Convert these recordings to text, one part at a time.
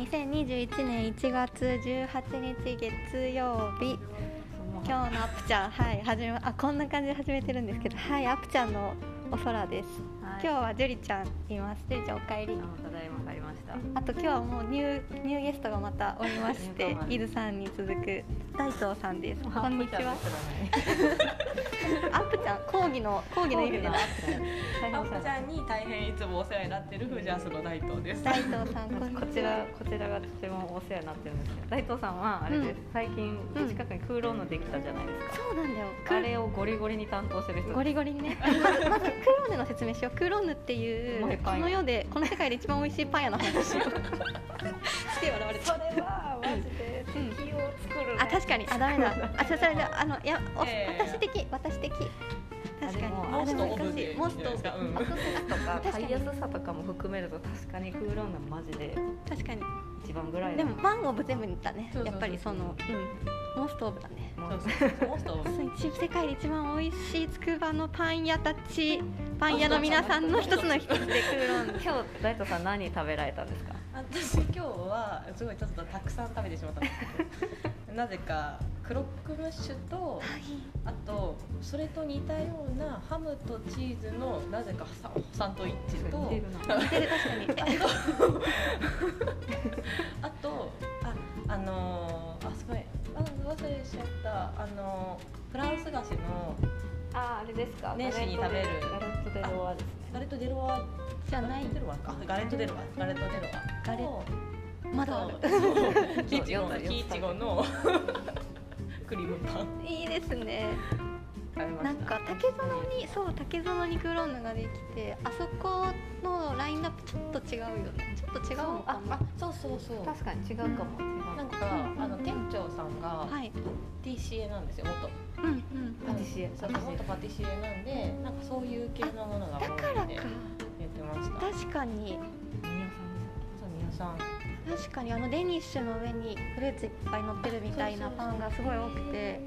2021年1月18日月曜日今日のアップちゃんはい始めあこんな感じで始めてるんですけどはいアップちゃんのお空ですは今い日はジュリちゃんいますジュリちゃんお帰りあただいま帰りました。あと今日はもうニューニューゲストがまたおりましニューてカマーイルさんに続く大東さんですこんにちはアアップちゃん講義の講義の意味でのアップちゃん大変アップちゃんに大変いつもお世話になってるフジャンスの大東です。大東さんこんにこちちらはこちらがとてもお世話になってるんですけど、大東さんはあれです。う最近近くに空論のできたじゃないですか。そうなんだよあれをゴリゴリに担当してる人。ゴリ。リゴリに ねまずまずクローネの説明しようクローネっていうもう一こ杯の世でこの世界で一番美味しいパン屋の 話をして笑われそたれはマジでうん敵を作るね。あ確かにあダメだあそれそれであのいやおいやいやいや私的私的確かにあでもあでも難しいモモスストトオブでいいんじゃないですかうんアクセスとか確か買にいやすさとかも含めると確かに空論がマジで確かに一番ぐらいでだなもパンオブ全部に言ったねそうそうそうやっぱりそのうんモストオブだねもそうう そうそうモストオブ世界で一番美味しいつくばのパン屋たちパン屋の皆さんの一つの 一つでクーロン今日大東さん何食べられたんですか。私今日はすごいちょっとたくさん食べてしまったんですけどなぜかクロックムッシュとあとそれと似たようなハムとチーズのなぜかササンドイッチと似てるな似てる確かに あとああのーあすごいあ忘れちゃったあのーフランス菓子のああれですか年始に食べるガレットデロワですガレット・デロワじゃないガレットデロワかガレット・デロワガレット・デロワガレッとまだあるそうキイチそうゴ四つキイチゴのクリームパンいいですね食べましたなんか竹園にそう竹園にクローンができてあそこのラインナップちょっと違うよねちょっと違うのかなあそうそうそう確かに違うかも、違なうんか、あの店長さんがはい TCA なんですよ元うんうんパティシエそうパティシエ元パティシエなんでなんかそういう系のものが多いだっからてか言ってましたそう確かに宮皆さん確かにあのデニッシュの上にフルーツいっぱい乗ってるみたいなパンがすごい多くて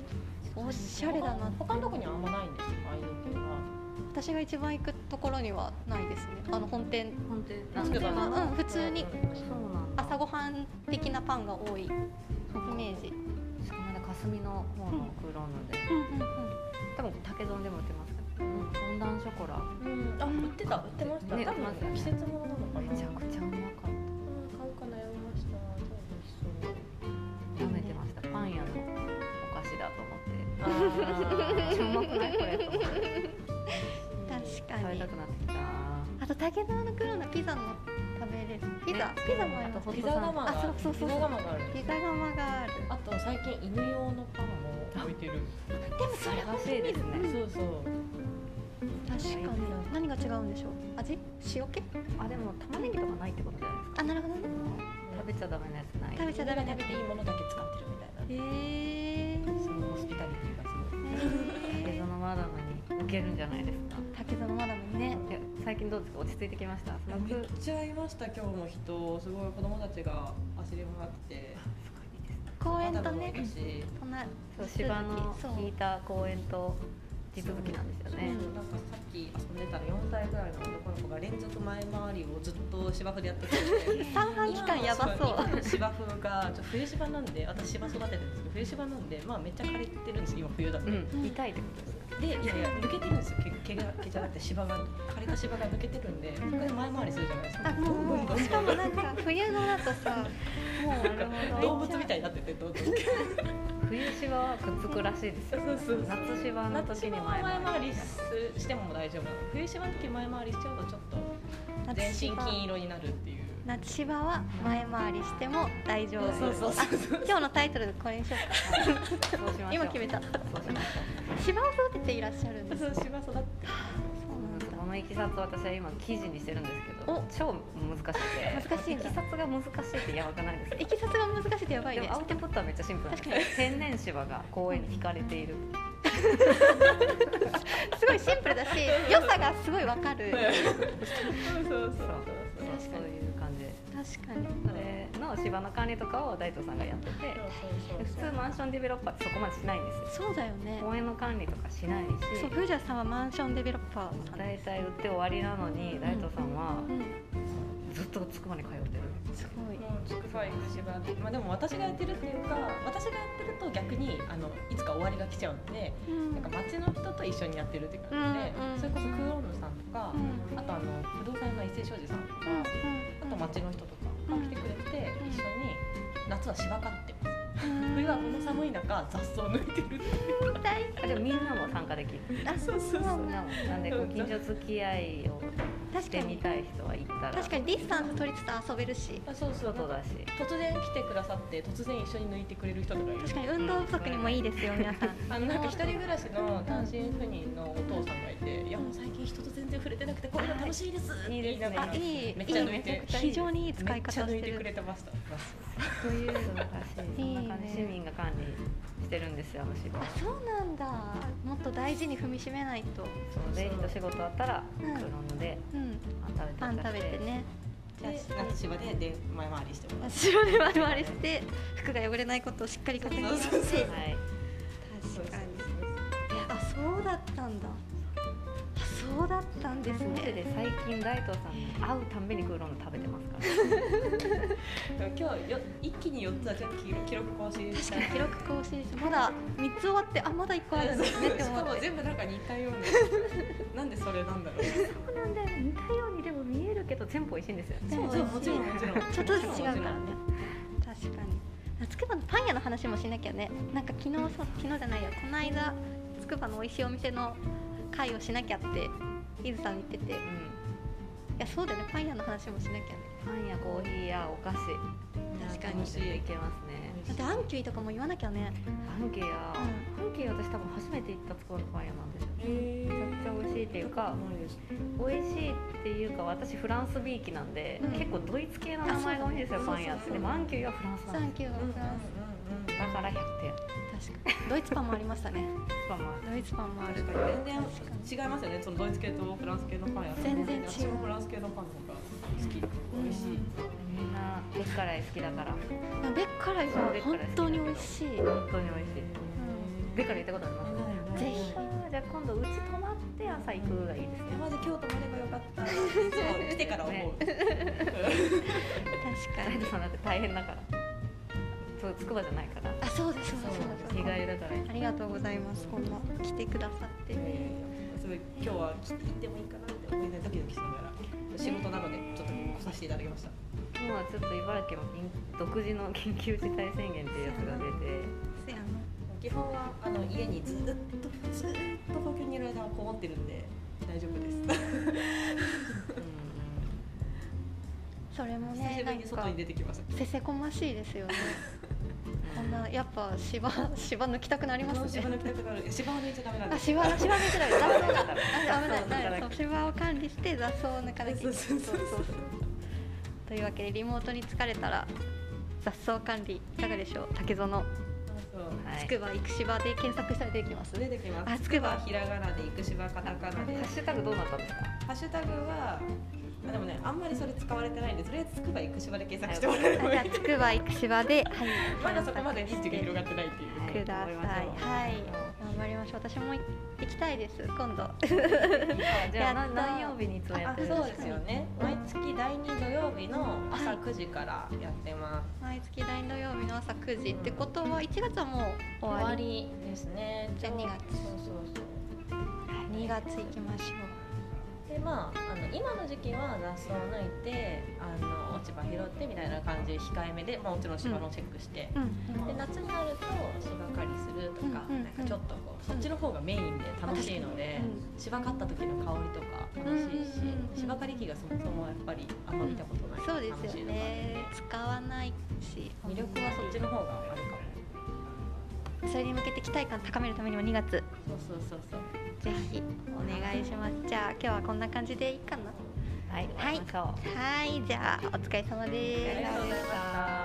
おしゃれだな他のとこにはあんまないんですよああいう系は私が一番行くところにはないですねあの本店さん本当ななんんでうん普か筑波の通にそうなんだ朝ごはん的なパンが多いイメージしかもね霞の方のクローンで、うんうんうん多分竹丼でも売ってますけどフォンダンショコラうんあ売ってた売ってました、ね多売って分ま季すよね節ものなのかなめちゃくちゃうまかっうん買うか悩みました た多舐めてましたパン屋のお菓子だと思ってめっちゃうま分美味しそうくないこれと思って確か食べにたくなってきたあと竹澤の黒のピザも食べれるピザねピザもあありとますホピッザトサン窯があそうそうそうピザ窯があるピザ窯があるあと最近犬用のパンも置いてるでもそれ素晴らしいですねうんそうそう確かに何が違うんでしょう味塩気あでも玉ねぎとかないってことじゃないですかあなるほどね食べちゃダメなやつない食べちゃダメな食やつべていいものだけ使ってるみたいなへえそのホスピタリティがすごい竹園マダムに受けるんじゃないですか竹澤マダムねいや最近どうですか落ち着いてきましたその空めっちゃいました今日も人すごい子供たちが走り回ってすごいですね公園とマダムもいねるし隣そう芝のそう引いた公園と地続きなんですよねそうなんかさっき遊んでたら4歳ぐらいの男の子が連続前回りをずっと芝生でやってて三半期間やばそう今の芝生がちょっと冬芝なんで私芝育ててるんですけど冬芝なんでまあめっちゃ枯れてるんです今冬だと、うん、うん痛いってことですかでいやいや抜けてるんですよ毛毛が毛じゃなくて芝が枯れた芝が抜けてるんでそれで前回りするじゃないですかあもうもうしかもなんか冬のだと さもう動物みたいになっててどんどん冬芝はくっつくらしいですよそうそうそう夏芝の時夏に場は前前回回りりすしても大丈夫なの冬芝の時前回りしちゃうとちょっと全身金色になるっていう夏芝は前回りしても大丈夫そうそうそうそうあ今日のタイトルこれにしようかそうしましょう今決めたそうしましょ芝を育てていらっしゃるんですそう芝育 そってうう、なんだうん、このいきさつ私は今記事にしてるんですけどお超難しくて難しいんきださつが難しいってやばくないですかいきさつが難しいってやばいでねもアウトプットはめっちゃシンプルなんですよ天然芝が公園に引かれているすごいシンプルだ し良さがすごいわかるそうそうそうそうそういう感じで確かにそれの芝の管理とかを大東さんがやっててで普通マンションディベロッパーってそこまでしないんですよそうだよね公園の管理とかしないしそうフージャさんはマンションデベロッパーさん大体売って終わりなのに大東さんはうんずずっとつくばに通ってるすごいもうつくば行くしばらくまあ、でも私がやってるっていうか私がやってると逆にあのいつか終わりが来ちゃうんでうんなんか街の人と一緒にやってるって感じで、うんうんそれこそクーロンルさんとか、うんあとあの不動産屋の伊勢商事さんとか、うんうんあと街の人とかが来てくれて、うん一緒に夏は芝刈ってます、うん冬はこの寒い中雑草抜いてる大あでもみんなも参加できるあそうそうみそんうなもなんでご近所付き合いをし確かてみにたい人は行ったら確かにリスさんとトリツさん遊べるしあそうそう外だし突然来てくださって突然一緒に抜いてくれる人とかいる確かに運動不足にもいいです よ皆さんあのなんか一人暮らしの単身赴任のお父さんがいて「いやもう最近人と全然触れてなくてこれが楽しいです」っていいで言いすなねがらあいいめっちゃ抜いいいて非常にいい使めいっちゃ方抜しいててくるれてましたという素晴らしいそいいんねな感じ市民が管理してるんですよあの芝あそうなんだもっと大事に踏みしめないとそうデイリーと仕事あったらうん黒のでうんパパンン食食べべててねで夏芝でで前回りしてもら白で丸々して服が汚れないことをしっかり確認してそうそうそうはい確かにあそうだったんだあそうだったんですマジでね最近大東さんに会うたんびにクーロン食べてますから今日よ一気に4つはちょっと記録記録更新確したかに記録更新してまだ3つ終わってあまだ1個あるんですねってし思かもって全部なんか似たようななんでそれなんだろうそうなんだよ似たようにでも見えるけど全部美味しいんですよねそうそうもちろんもちろんちょっとずつ違うからね確かにつくばのパン屋の話もしなきゃねなんか昨日そう昨日じゃないやこの間つくばの美味しいお店の会をしなきゃって伊豆さん言ってていうんやそうだよねパン屋の話もしなきゃねパンやコーヒーやお菓子確かに楽しいいけますねだってアンキュイとかも言わなきゃねパンケや、パンケや私多分初めて行ったところのパン屋なんですよめめちゃくちゃ美味しいっていうか美味しいっていうか私フランスビーきなんで、うん結構ドイツ系の名前が多いんですよあそうパン屋っそうそうてそうでもアンキュイはフランスサなんンでキューがフランスすだから100点確かにドイツパンもありましたねまあまドイツパンもある全然違いますよねそのドイツ系とフランス系のパンや全然違う私もフランス系のパンの方が好き美味しい、あみんなベッカライ好きだからベッカライは本当に美味しい、うん、ぜ本当に美味しいベッカライ行ったことありますひじゃあ今度うち泊まって朝行くがいいですね、まず京都までがよかったいつも来てから思う、確かライにトさんだって大変だからそうつくばじゃないからあそうですそうですそうそうです日帰りだからありがとうございます。こんな来てくださって。えーすごい今日は来て行ってもいいかなって思いながらドキドキしながら仕事なのでちょっと来させていただきました今はちょっと茨城も緊独自の緊急事態宣言っていうやつが出てせやな基本はあの家にずっとずっと東京にいる間はこもってるんで大丈夫ですそれも久ねし、ぶなりんに外かに出てきましたせせこましいですよね。こんうなやっぱ芝芝抜きたくなります芝ね。抜きたくなる芝を抜いちゃダメなんであす芝芝抜けないとダメだ。だからあ危ないそう危ない。そう芝を管理して雑草を抜かなきゃいけない。そうそうそうそうというわけでリモートに疲れたら雑草管理いかがでしょう。竹園そうはいつくば育芝で検索したら出てきます。出てきますあつくばひらがなで行く芝カタカナでハッシュタグどうなったんですかハッシュタグはあでもねあんまりそれ使われてないんでとりあえずつくば行く芝で検索してもらえれあばじいいゃあつくば育芝で、はい、まだそこまで認知が広がってないっていうください。はい、頑張りましょう。私も行きたいです。今度。じゃあなやった何曜日にいつもやあってるんそうでですすかよね毎月第2土曜日の朝9時からやってま毎月第2土曜日の朝9時ってことは1月はもうす、終わりりですねじゃあ2月そうそうそう2月行きましょでまああの今の時期は雑草を抜いてあの落ち葉拾ってみたいな感じで控えめで、まあ、もちろん芝のチェックして、う、で夏になると芝刈りするとか,、うんうんうんなんかちょっとこうそっちの方がメインで楽しいので、芝刈った時の香りとか楽しいうし、んうんうんうん芝刈り機がそもそもやっぱりあんま見たことない、そうですよね楽しいのがあって使わないし魅力はそっちの方があるかもそれに向けて期待感高めるためにも2月そうそうそうそうぜひお願いしますじゃあ今日はこんな感じでいいかなはい、はい行きましょうはいじゃあお疲れ様ですありがとうございました